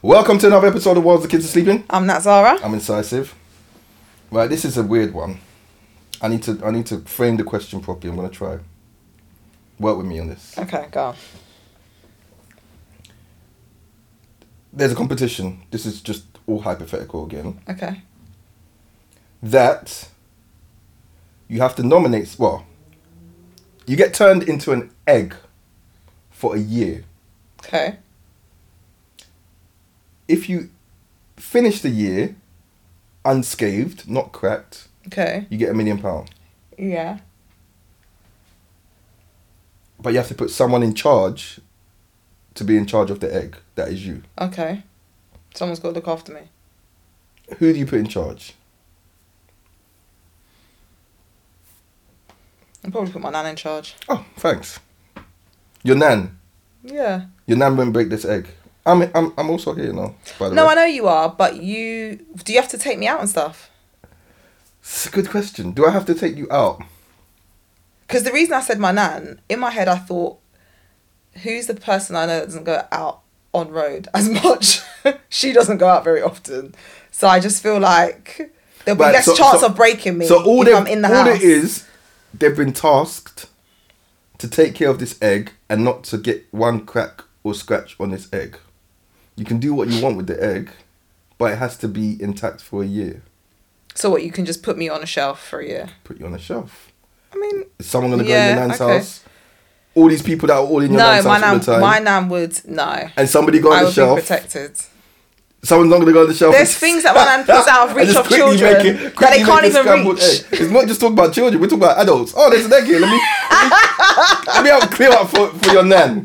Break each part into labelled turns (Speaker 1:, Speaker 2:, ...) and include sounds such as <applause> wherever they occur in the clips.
Speaker 1: Welcome to another episode of Whilst the Kids Are Sleeping.
Speaker 2: I'm not Zara.
Speaker 1: I'm incisive. Right, this is a weird one. I need to I need to frame the question properly. I'm gonna try. Work with me on this.
Speaker 2: Okay, go. on.
Speaker 1: There's a competition. This is just all hypothetical again.
Speaker 2: Okay.
Speaker 1: That you have to nominate. Well, you get turned into an egg for a year.
Speaker 2: Okay.
Speaker 1: If you finish the year unscathed, not cracked,
Speaker 2: Okay.
Speaker 1: you get a million pound.
Speaker 2: Yeah.
Speaker 1: But you have to put someone in charge to be in charge of the egg. That is you.
Speaker 2: Okay. Someone's got to look after me.
Speaker 1: Who do you put in charge?
Speaker 2: I'll probably put my nan in charge.
Speaker 1: Oh, thanks. Your nan.
Speaker 2: Yeah.
Speaker 1: Your nan won't break this egg. I'm I'm I'm also here now. By the
Speaker 2: No,
Speaker 1: way,
Speaker 2: I know you are, but you do you have to take me out and stuff?
Speaker 1: it's a good question. Do I have to take you out?
Speaker 2: Because the reason I said my nan in my head, I thought, who's the person I know that doesn't go out on road as much? <laughs> she doesn't go out very often, so I just feel like there'll be
Speaker 1: Right,
Speaker 2: less
Speaker 1: so-
Speaker 2: chance
Speaker 1: so-
Speaker 2: of breaking me
Speaker 1: So all
Speaker 2: if
Speaker 1: they
Speaker 2: I'm in the
Speaker 1: all
Speaker 2: house.
Speaker 1: it is, they've been tasked to take care of this egg and not to get one crack or scratch on this egg. You can do what you want with the egg, but it has to be intact for a year.
Speaker 2: So what? You can just put me on a shelf for a year.
Speaker 1: Put you on a shelf.
Speaker 2: I mean,
Speaker 1: Is someone gonna go in
Speaker 2: Yeah,
Speaker 1: your nan's
Speaker 2: okay.
Speaker 1: house? All these people that are all in your
Speaker 2: no,
Speaker 1: nan's
Speaker 2: my
Speaker 1: house all
Speaker 2: nan,
Speaker 1: the time.
Speaker 2: my nan would no.
Speaker 1: and somebody go
Speaker 2: I
Speaker 1: on the
Speaker 2: would
Speaker 1: shelf.
Speaker 2: be protected.
Speaker 1: Someone's not gonna go on the shelf.
Speaker 2: There's things that my nan puts
Speaker 1: <laughs>
Speaker 2: out of
Speaker 1: And
Speaker 2: reach
Speaker 1: just
Speaker 2: of
Speaker 1: quickly
Speaker 2: children
Speaker 1: make it-
Speaker 2: that
Speaker 1: quickly
Speaker 2: they can't
Speaker 1: make a
Speaker 2: even
Speaker 1: scrambled
Speaker 2: reach.
Speaker 1: egg. It's not just talking about children. We're talking about adults. Oh, there's an egg here. Let me <laughs> let me, let me have a clear up for, for your nan.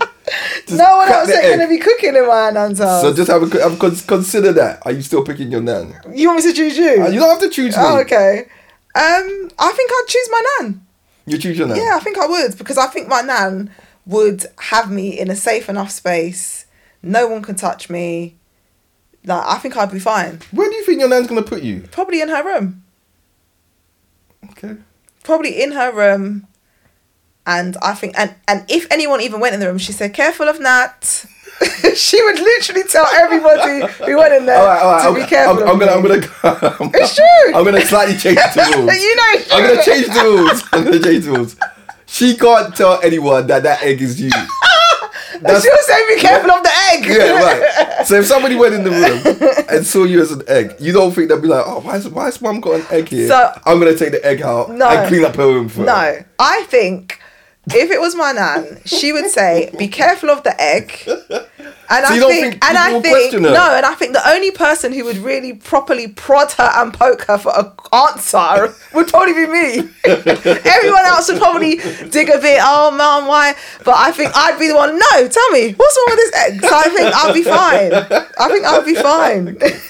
Speaker 1: Just
Speaker 2: No one
Speaker 1: crack
Speaker 2: else
Speaker 1: the
Speaker 2: ain't
Speaker 1: egg.
Speaker 2: gonna be cooking in my nan's house.
Speaker 1: So just have a have, cons- consider that. Are you still picking your nan?
Speaker 2: you want me to choose you?
Speaker 1: Uh, You don't have to choose me.
Speaker 2: Oh, okay. Um, I think I'd choose my nan.
Speaker 1: You choose your nan.
Speaker 2: Yeah, I think I would because I think my nan would have me in a safe enough space. No one can touch me. Like I think I'd be fine.
Speaker 1: Where do you think your nan's gonna put you?
Speaker 2: Probably in her room.
Speaker 1: Okay.
Speaker 2: Probably in her room. And I think and and if anyone even went in the room, she said, "Careful of Nat." <laughs> she would literally tell everybody who went in there
Speaker 1: All right, all right.
Speaker 2: to
Speaker 1: I'm,
Speaker 2: be careful.
Speaker 1: I'm,
Speaker 2: of
Speaker 1: I'm gonna, I'm
Speaker 2: me.
Speaker 1: gonna. <laughs>
Speaker 2: It's true.
Speaker 1: I'm gonna slightly change
Speaker 2: <laughs>
Speaker 1: the rules.
Speaker 2: you know. it's
Speaker 1: I'm
Speaker 2: <laughs>
Speaker 1: gonna
Speaker 2: true.
Speaker 1: change the rules. I'm gonna change the rules. She can't tell anyone that that egg is you. That's
Speaker 2: She was saying, "Be careful of the egg."
Speaker 1: yeah, right. So if somebody went in the room and saw you as an egg, you don't think they'd be like, "Oh, why's why's mum got an egg here?"
Speaker 2: So-
Speaker 1: I'm gonna take the egg out
Speaker 2: No.
Speaker 1: and clean up her room for her."
Speaker 2: No, I think if it was my nan, she would say, "Be careful of the egg." And
Speaker 1: So
Speaker 2: I
Speaker 1: you don't
Speaker 2: think,
Speaker 1: think
Speaker 2: and
Speaker 1: people
Speaker 2: I
Speaker 1: will
Speaker 2: think,
Speaker 1: question her?
Speaker 2: no, and I think the only person who would really properly prod her and poke her for an answer <laughs> would probably
Speaker 1: <laughs>
Speaker 2: be me. Everyone else would probably dig a bit. Oh, mum, why? But I think I'd be the one. No, tell me, what's wrong with this egg? So I think I'll be fine. I think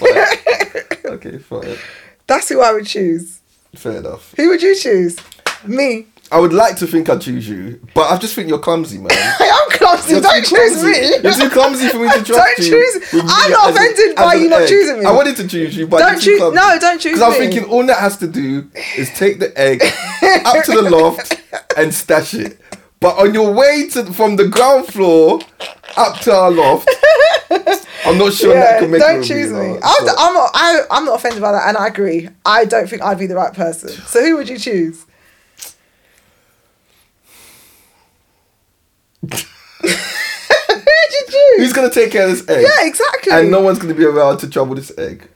Speaker 1: <laughs>
Speaker 2: I'll be fine.
Speaker 1: Okay, fine.
Speaker 2: <laughs> That's who I would choose.
Speaker 1: Fair enough.
Speaker 2: Who would you choose? Me.
Speaker 1: I would like to think I'd choose you, but I just think you're clumsy, man.
Speaker 2: <laughs> I am clumsy.
Speaker 1: You're
Speaker 2: don't
Speaker 1: too
Speaker 2: choose
Speaker 1: clumsy.
Speaker 2: me.
Speaker 1: You're too clumsy for me to
Speaker 2: <laughs> Don't
Speaker 1: trust you.
Speaker 2: choose-
Speaker 1: with me
Speaker 2: I'm not
Speaker 1: as a-
Speaker 2: offended
Speaker 1: as
Speaker 2: by
Speaker 1: an
Speaker 2: you not
Speaker 1: egg.
Speaker 2: choosing me.
Speaker 1: I wanted to choose you, but
Speaker 2: Don't
Speaker 1: you're too
Speaker 2: choose-
Speaker 1: clumsy.
Speaker 2: no, don't choose
Speaker 1: Because I'm
Speaker 2: me.
Speaker 1: thinking all that has to do is take the
Speaker 2: <laughs>
Speaker 1: egg up to the loft and stash it. But on your way to from the ground floor up to our loft, I'm not sure that
Speaker 2: Yeah,
Speaker 1: can make
Speaker 2: don't
Speaker 1: it
Speaker 2: choose me.
Speaker 1: real,
Speaker 2: I'm,
Speaker 1: so-
Speaker 2: I'm not. I, I'm not offended by that, and I agree. I don't think I'd be the right person. So who would you choose? who would you choose?
Speaker 1: Who's gonna take care of this egg?
Speaker 2: yeah, exactly.
Speaker 1: And no one's gonna be around to trouble this egg.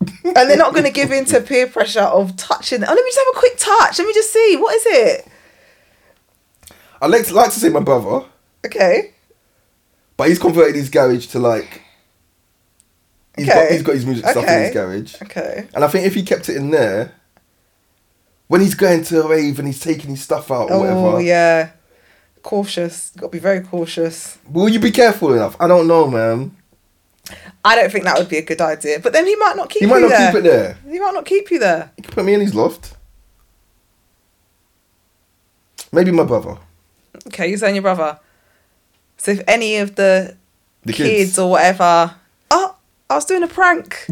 Speaker 2: and they're not going to give in to peer pressure of touching. Oh, let me just have a quick touch. Let me just see. What is it?
Speaker 1: I'd like to, like to say my brother,
Speaker 2: Okay.
Speaker 1: but he's converted his garage to like. He's got,
Speaker 2: Okay.
Speaker 1: he's got his music stuff in his
Speaker 2: Okay.
Speaker 1: garage.
Speaker 2: Okay.
Speaker 1: And I think if he kept it in there, when he's going to a rave and he's taking his stuff out or
Speaker 2: Oh
Speaker 1: whatever,
Speaker 2: yeah. Cautious. Got to be very cautious.
Speaker 1: will you be careful enough? I don't know, man.
Speaker 2: I don't think that would be a good idea. But then he might not keep
Speaker 1: He
Speaker 2: you
Speaker 1: might not
Speaker 2: there.
Speaker 1: keep it there.
Speaker 2: He might not keep you there.
Speaker 1: He could put me in his loft. Maybe my brother.
Speaker 2: Okay, you're saying your brother. So if any of the,
Speaker 1: The
Speaker 2: kids.
Speaker 1: kids.
Speaker 2: or whatever, oh, I was doing
Speaker 1: <laughs>
Speaker 2: a prank.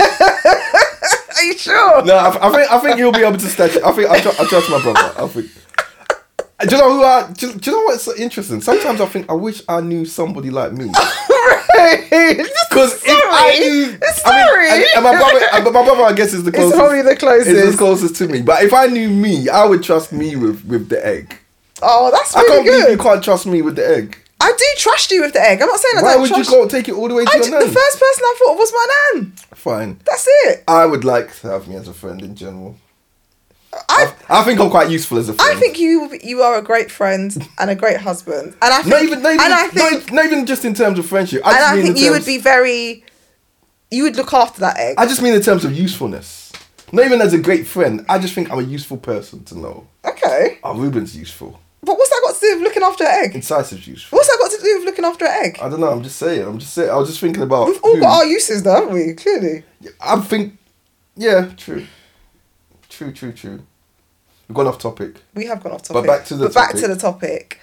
Speaker 2: Are you sure?
Speaker 1: No, I, I think I think he'll be able to stash it. I think I, tr- I trust my brother. I think. Do you know who I? Do, you- do you know what's so interesting? Sometimes I think I wish I knew somebody like me. <laughs>
Speaker 2: sorry.
Speaker 1: Because if I knew,
Speaker 2: Sorry.
Speaker 1: I mean, and, and my
Speaker 2: <laughs>
Speaker 1: brother, and my brother, I guess, is the
Speaker 2: It's
Speaker 1: closest.
Speaker 2: probably the closest.
Speaker 1: Is the closest to me. But if I knew me, I would trust me with with the egg.
Speaker 2: oh, that's
Speaker 1: I
Speaker 2: really
Speaker 1: can't believe
Speaker 2: good.
Speaker 1: you can't trust me with the egg.
Speaker 2: I do trust you with the egg. I'm not saying I
Speaker 1: Why
Speaker 2: don't
Speaker 1: would you
Speaker 2: trust
Speaker 1: go take it all the way to
Speaker 2: I
Speaker 1: your
Speaker 2: ju- the
Speaker 1: nan?
Speaker 2: first person I thought of was my nan.
Speaker 1: Fine.
Speaker 2: That's it.
Speaker 1: I would like to have me as a friend in general.
Speaker 2: I
Speaker 1: I think I'm quite useful as a friend.
Speaker 2: I think you you are a great friend and a great husband,
Speaker 1: <laughs>
Speaker 2: and I think,
Speaker 1: not even, not even,
Speaker 2: and I
Speaker 1: not
Speaker 2: think,
Speaker 1: even- not even just in terms of friendship. I
Speaker 2: and
Speaker 1: just
Speaker 2: I
Speaker 1: mean
Speaker 2: think
Speaker 1: in
Speaker 2: you would
Speaker 1: terms-
Speaker 2: be very, you would look after that egg.
Speaker 1: I just mean in terms of usefulness. Not even as a great friend. I just think I'm a useful person to know.
Speaker 2: okay,
Speaker 1: Oh, Ruben's useful.
Speaker 2: but what's that got to do with looking after an egg?
Speaker 1: Incisive's useful.
Speaker 2: What's that got to do with looking after an egg?
Speaker 1: I don't know. I'm just saying. I'm just saying. I was just thinking about.
Speaker 2: We've all
Speaker 1: who-
Speaker 2: got our uses, though, haven't we? Clearly.
Speaker 1: I think. Yeah. True. True. True. True. We've gone off topic.
Speaker 2: we have gone off topic.
Speaker 1: back to the
Speaker 2: back
Speaker 1: topic.
Speaker 2: to the topic.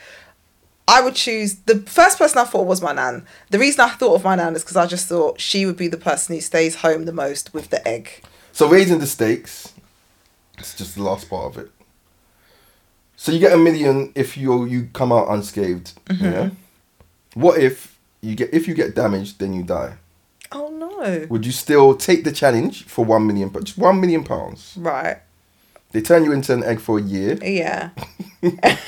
Speaker 2: I would choose the first person I thought was my nan. The reason I thought of my nan is because I just thought she would be the person who stays home the most with the egg.
Speaker 1: So raising the stakes. It's just the last part of it. So you get a million if you you come out unscathed.
Speaker 2: Mm-hmm.
Speaker 1: Yeah. What if you get if you get damaged then you die?
Speaker 2: Oh no!
Speaker 1: Would you still take the challenge for one million? But just one million pounds.
Speaker 2: Right?
Speaker 1: They turn you into an egg for a year,
Speaker 2: Yeah.
Speaker 1: <laughs>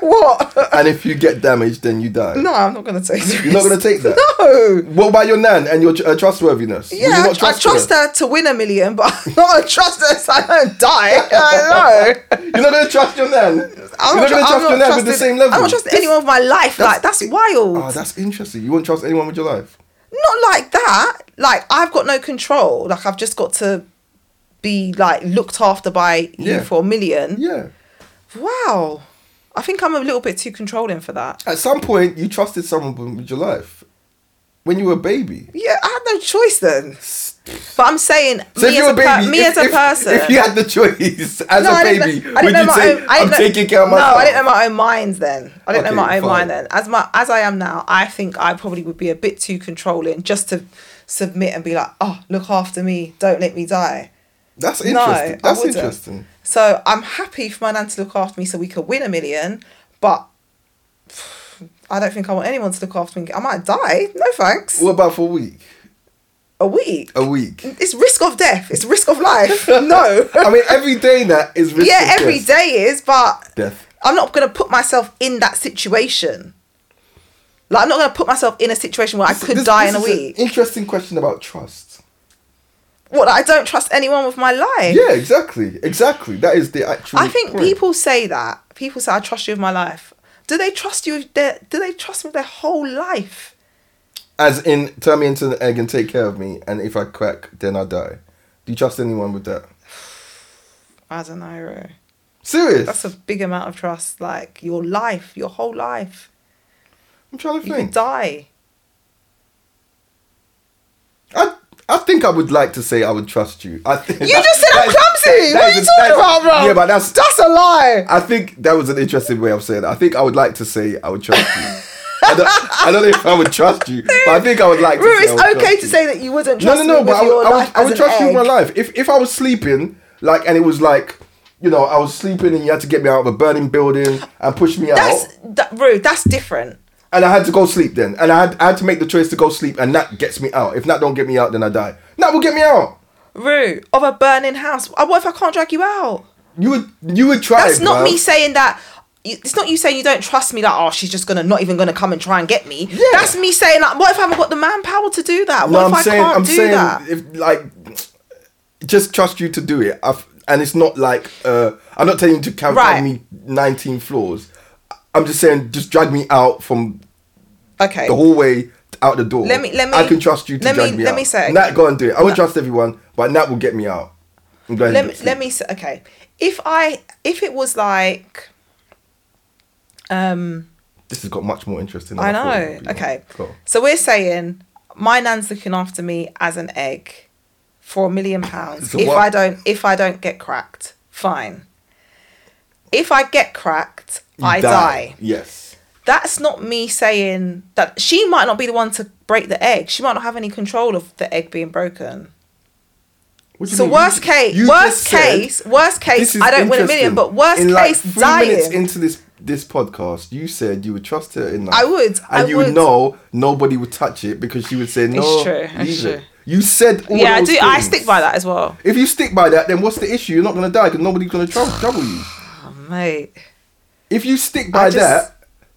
Speaker 2: what?
Speaker 1: and if you get damaged then you die.
Speaker 2: No, I'm not gonna take. The
Speaker 1: You're not gonna
Speaker 2: risk.
Speaker 1: take that.
Speaker 2: No.
Speaker 1: What about your nan and your tr- uh, trustworthiness? Would you
Speaker 2: Yeah, I,
Speaker 1: not
Speaker 2: I trust
Speaker 1: her?
Speaker 2: her to win a million, but <laughs> I'm not gonna trust her so I don't die. <laughs> I know.
Speaker 1: You're not gonna trust your nan. <laughs>
Speaker 2: I'm
Speaker 1: You're not
Speaker 2: tru-
Speaker 1: gonna
Speaker 2: I'm
Speaker 1: trust your nan with the
Speaker 2: trusting-
Speaker 1: same level.
Speaker 2: I don't trust anyone with my life.
Speaker 1: That's-
Speaker 2: like that's wild.
Speaker 1: Oh, that's interesting. You won't trust anyone with your life.
Speaker 2: not like that. Like I've got no control. Like I've just got to be like looked after by you
Speaker 1: Yeah.
Speaker 2: for a million.
Speaker 1: Yeah.
Speaker 2: Wow. I think I'm a little bit too controlling for that.
Speaker 1: At some point, you trusted someone with your life when you were a baby.
Speaker 2: Yeah, I had no choice then. But I'm saying
Speaker 1: So
Speaker 2: me
Speaker 1: if you
Speaker 2: as
Speaker 1: were
Speaker 2: a
Speaker 1: a baby,
Speaker 2: per- me
Speaker 1: if,
Speaker 2: as a
Speaker 1: if-
Speaker 2: person.
Speaker 1: if you had the choice <laughs> as
Speaker 2: No,
Speaker 1: a
Speaker 2: I didn't
Speaker 1: baby,
Speaker 2: know- I
Speaker 1: would
Speaker 2: didn't
Speaker 1: you
Speaker 2: know my
Speaker 1: say,
Speaker 2: own- I
Speaker 1: "I'm
Speaker 2: didn't know-
Speaker 1: taking care of myself"?
Speaker 2: No, I didn't know my own minds then. I didn't
Speaker 1: Okay,
Speaker 2: know my own
Speaker 1: fine.
Speaker 2: mind then. As my as I am now, I think I probably would be a bit too controlling just to submit and be like, oh, look after me, don't let me die.
Speaker 1: That's
Speaker 2: No,
Speaker 1: interesting.
Speaker 2: I
Speaker 1: That's
Speaker 2: wouldn't.
Speaker 1: interesting.
Speaker 2: So I'm happy for my nan to look after me so we could win a million, but <sighs> I don't think I want anyone to look after me. I might die. No thanks.
Speaker 1: What about for a week?
Speaker 2: a week.
Speaker 1: A
Speaker 2: <laughs>
Speaker 1: week.
Speaker 2: It's risk of death. It's risk of
Speaker 1: <laughs>
Speaker 2: life. No.
Speaker 1: I mean, every day now is risk
Speaker 2: yeah,
Speaker 1: of
Speaker 2: every
Speaker 1: death.
Speaker 2: day is, but
Speaker 1: Death.
Speaker 2: I'm not going to put myself in that situation. Like, I'm not going to put myself in a situation where I could
Speaker 1: This-
Speaker 2: die
Speaker 1: this
Speaker 2: in a
Speaker 1: is an
Speaker 2: week.
Speaker 1: interesting question about trust.
Speaker 2: what, I don't trust anyone with my life.
Speaker 1: Yeah, exactly, exactly. That is the actual.
Speaker 2: Eh. I think
Speaker 1: point.
Speaker 2: people say that. People say, I trust you with my life. Do they trust you? With their, do they trust me with their whole life?
Speaker 1: as in, turn me into an egg and take care of me, and if I crack, then I die. Do you trust anyone with that?
Speaker 2: I don't know. Ro.
Speaker 1: Serious?
Speaker 2: That's a big amount of trust. Like your life, your whole life.
Speaker 1: I'm trying to
Speaker 2: You could
Speaker 1: think.
Speaker 2: die.
Speaker 1: I I think I would like to say I would trust you. I think
Speaker 2: You
Speaker 1: that-
Speaker 2: just said I'm
Speaker 1: that is-
Speaker 2: clumsy.
Speaker 1: that
Speaker 2: What are
Speaker 1: is-
Speaker 2: you
Speaker 1: that
Speaker 2: talking
Speaker 1: is-
Speaker 2: about, bro?
Speaker 1: Yeah, but that's.
Speaker 2: That's a lie.
Speaker 1: I think that was an interesting way of saying. It. I think I would like to say I would trust you. I don't, I don't know if I would trust you, but I think I would like to.
Speaker 2: Ru,
Speaker 1: say I
Speaker 2: it's
Speaker 1: would trust
Speaker 2: okay
Speaker 1: you.
Speaker 2: to say that you wouldn't
Speaker 1: No, no,
Speaker 2: trust me
Speaker 1: no.
Speaker 2: with
Speaker 1: But I
Speaker 2: your
Speaker 1: would, I would,
Speaker 2: life
Speaker 1: I would
Speaker 2: as an
Speaker 1: trust you with my
Speaker 2: egg.
Speaker 1: life. If if I was sleeping, like, and it was like, you know, I was sleeping and you had to get me out of a burning building and push me out,
Speaker 2: That's that, Ru, That's different.
Speaker 1: and I had to go sleep then, and I had I had to make the choice to go sleep, and that gets me out. If that don't get me out, then I die. That will get me out.
Speaker 2: Rue, of a burning house. Uh, What if I can't drag you out?
Speaker 1: You would you would try.
Speaker 2: That's
Speaker 1: it,
Speaker 2: not
Speaker 1: bruv.
Speaker 2: me saying that. you- It's not you saying you don't trust me. Like, oh, she's just gonna not even gonna come and try and get me. That's me saying like, what if I haven't got the manpower to do that? What
Speaker 1: No,
Speaker 2: if
Speaker 1: I'm
Speaker 2: I
Speaker 1: saying
Speaker 2: can't
Speaker 1: I'm
Speaker 2: do
Speaker 1: saying
Speaker 2: that?
Speaker 1: if like just trust you to do it. I've, and it's not like uh, I'm not telling you to count
Speaker 2: Right.
Speaker 1: me 19 floors. I'm just saying just drag me out from
Speaker 2: Okay.
Speaker 1: the hallway out the door.
Speaker 2: Let me- let me-
Speaker 1: I can trust you to
Speaker 2: let me-
Speaker 1: drag me,
Speaker 2: let
Speaker 1: out.
Speaker 2: me say-
Speaker 1: Nat, go and do it. I won't trust everyone, but Nat will get me out. I'm going.
Speaker 2: let me let me say okay if i if it was like um
Speaker 1: This has got much more interesting. than
Speaker 2: i
Speaker 1: thought it
Speaker 2: know
Speaker 1: would be.
Speaker 2: okay
Speaker 1: Go.
Speaker 2: so we're saying my nan's looking after me as an egg for a million pounds
Speaker 1: So
Speaker 2: if
Speaker 1: what-
Speaker 2: i don't if i don't get cracked fine if i get cracked
Speaker 1: You
Speaker 2: i die
Speaker 1: Yes.
Speaker 2: that's not me saying that she might not be the one to break the egg she might not have any control of the egg being broken
Speaker 1: What do you
Speaker 2: So
Speaker 1: mean?
Speaker 2: worst
Speaker 1: You ju-
Speaker 2: case,
Speaker 1: you
Speaker 2: worst
Speaker 1: just said-
Speaker 2: case, worst case,
Speaker 1: This is
Speaker 2: I don't win a
Speaker 1: interesting.
Speaker 2: million, but worst
Speaker 1: in like
Speaker 2: case,
Speaker 1: three minutes
Speaker 2: dying.
Speaker 1: into this this podcast, you said you would trust her enough.
Speaker 2: I would,
Speaker 1: and
Speaker 2: I
Speaker 1: you
Speaker 2: would.
Speaker 1: know nobody would touch it because she would say no.
Speaker 2: true, it's
Speaker 1: leave it."
Speaker 2: true.
Speaker 1: You said all
Speaker 2: yeah, I do.
Speaker 1: those
Speaker 2: I
Speaker 1: things.
Speaker 2: stick by that as well,
Speaker 1: If you stick by that, then what's the issue? You're not gonna die because nobody's gonna trou- trouble you.
Speaker 2: oh, mate.
Speaker 1: If you stick by
Speaker 2: just-
Speaker 1: that,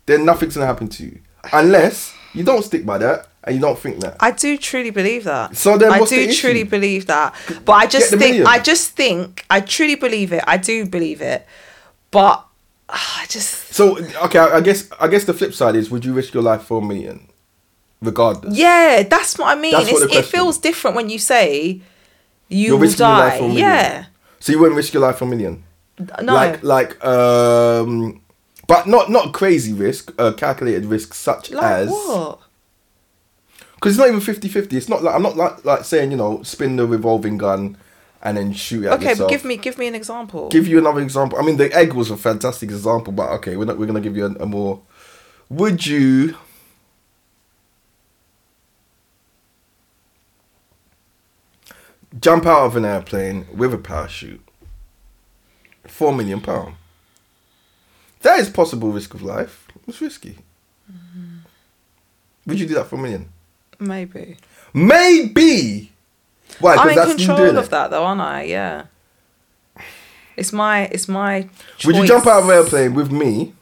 Speaker 1: then nothing's gonna happen to you unless you don't stick by that and you don't think that.
Speaker 2: I do truly believe that.
Speaker 1: So then
Speaker 2: I
Speaker 1: what's
Speaker 2: do
Speaker 1: the issue?
Speaker 2: truly believe that. But I just
Speaker 1: the
Speaker 2: think
Speaker 1: million.
Speaker 2: I just think I truly believe it. I do believe it. But ah, I just
Speaker 1: So okay, I I guess I guess the flip side is: would you risk your life for a million, regardless?
Speaker 2: yeah, that's what I mean.
Speaker 1: That's what
Speaker 2: It's,
Speaker 1: the
Speaker 2: it
Speaker 1: question
Speaker 2: feels different when you say you
Speaker 1: You're
Speaker 2: will
Speaker 1: risking your life
Speaker 2: die.
Speaker 1: for a million.
Speaker 2: yeah.
Speaker 1: So you wouldn't risk your life for a million.
Speaker 2: No.
Speaker 1: Like like um, but not not crazy risk, uh, calculated risk such
Speaker 2: Like
Speaker 1: as
Speaker 2: what?
Speaker 1: because it's not even 50-50. It's not like I'm not like like saying you know spin the revolving gun and then shoot at
Speaker 2: Okay,
Speaker 1: yourself.
Speaker 2: but give me give me an example.
Speaker 1: give you another example. I mean, the egg was a fantastic example, but okay, we're not, we're gonna give you a, a more. Would you? Jump out of an airplane with a parachute. Four million pound. That is possible risk of life. It's risky.
Speaker 2: Mm-hmm.
Speaker 1: Would you do that for a million?
Speaker 2: Maybe.
Speaker 1: Maybe. Why? 'Cause
Speaker 2: I'm in
Speaker 1: that's you doing
Speaker 2: control
Speaker 1: it.
Speaker 2: of that though, aren't I? Yeah. It's my it's my
Speaker 1: Would you
Speaker 2: choice.
Speaker 1: jump out of an airplane with me,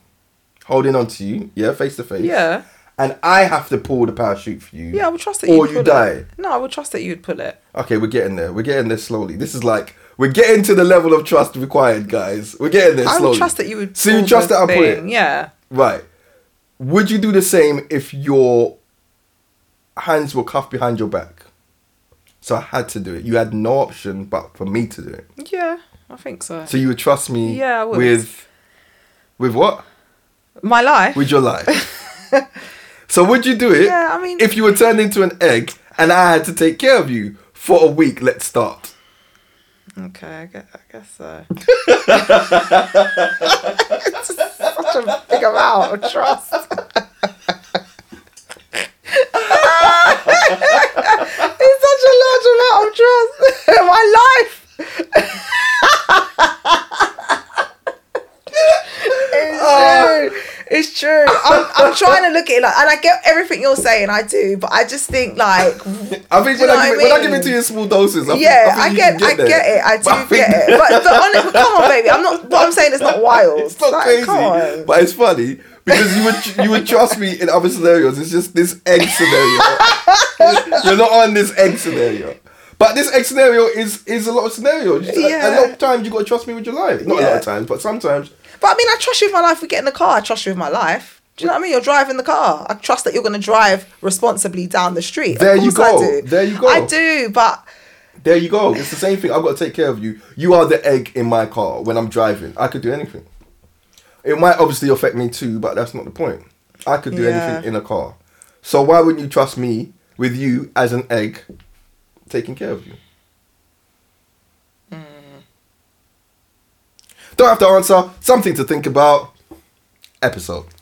Speaker 1: holding on to you, yeah, face to face?
Speaker 2: Yeah.
Speaker 1: And I have to pull the parachute for you.
Speaker 2: Yeah, I would trust that
Speaker 1: Or
Speaker 2: you'd
Speaker 1: you
Speaker 2: pull
Speaker 1: die.
Speaker 2: It. No, I would trust that you'd pull it.
Speaker 1: Okay, we're getting there. We're getting there slowly. This is like we're getting to the level of trust required, guys. We're getting there
Speaker 2: I
Speaker 1: slowly.
Speaker 2: would trust that you would.
Speaker 1: So you
Speaker 2: pull
Speaker 1: trust
Speaker 2: the
Speaker 1: that I pull it,
Speaker 2: thing, Yeah.
Speaker 1: right? Would you do the same if your hands were cuffed behind your back? So I had to do it. You had no option but for me to do it.
Speaker 2: Yeah, I think so.
Speaker 1: So you would trust me?
Speaker 2: Yeah, I would.
Speaker 1: With with what?
Speaker 2: My life.
Speaker 1: with your
Speaker 2: <laughs>
Speaker 1: life. so would you do it?
Speaker 2: Yeah, I mean-
Speaker 1: if you were turned into an egg and I had to take care of you for a week, let's start.
Speaker 2: okay, I guess, I guess uh, so. It's just such a big amount of trust. <laughs> it's such a large amount of trust. My life. It's true. It's true. I'm, I'm trying to look at it like, and I get everything you're saying, I do, but I just think like,
Speaker 1: I think
Speaker 2: Do you
Speaker 1: when I,
Speaker 2: know
Speaker 1: give
Speaker 2: what
Speaker 1: it, when
Speaker 2: I
Speaker 1: I give it
Speaker 2: mean?
Speaker 1: to you in small doses, I
Speaker 2: yeah, I
Speaker 1: think, I,
Speaker 2: get,
Speaker 1: think you
Speaker 2: I
Speaker 1: can there.
Speaker 2: get it,
Speaker 1: <laughs>
Speaker 2: I
Speaker 1: But
Speaker 2: do
Speaker 1: think
Speaker 2: get it. But the honest, come on, baby, I'm not. What I'm saying is not wild.
Speaker 1: <laughs> It's not
Speaker 2: Like,
Speaker 1: crazy,
Speaker 2: Come on.
Speaker 1: but it's funny because you would you would trust me in other scenarios. It's just this egg scenario. <laughs> You're not on this egg scenario. But this egg scenario is is a lot of scenarios. Yeah. A,
Speaker 2: Yeah.
Speaker 1: lot of times you gotta trust me with your life. Not a lot
Speaker 2: Yeah.
Speaker 1: of times, but sometimes
Speaker 2: But I mean, I trust you with my life. We get in the car. I trust you with my life. Do you know what I mean? You're driving the car. I trust that you're going to drive responsibly down the street. Of
Speaker 1: There you
Speaker 2: course I
Speaker 1: go.
Speaker 2: do.
Speaker 1: There you go.
Speaker 2: I do, but
Speaker 1: There you go. It's the same thing. I've got to take care of you. You are the egg in my car when I'm driving. I could do anything. It might obviously affect me too, but that's not the point. I could do
Speaker 2: Yeah.
Speaker 1: anything in a car. So why wouldn't you trust me with you as an egg taking care of you? Don't have to answer. Something to think about. Episode.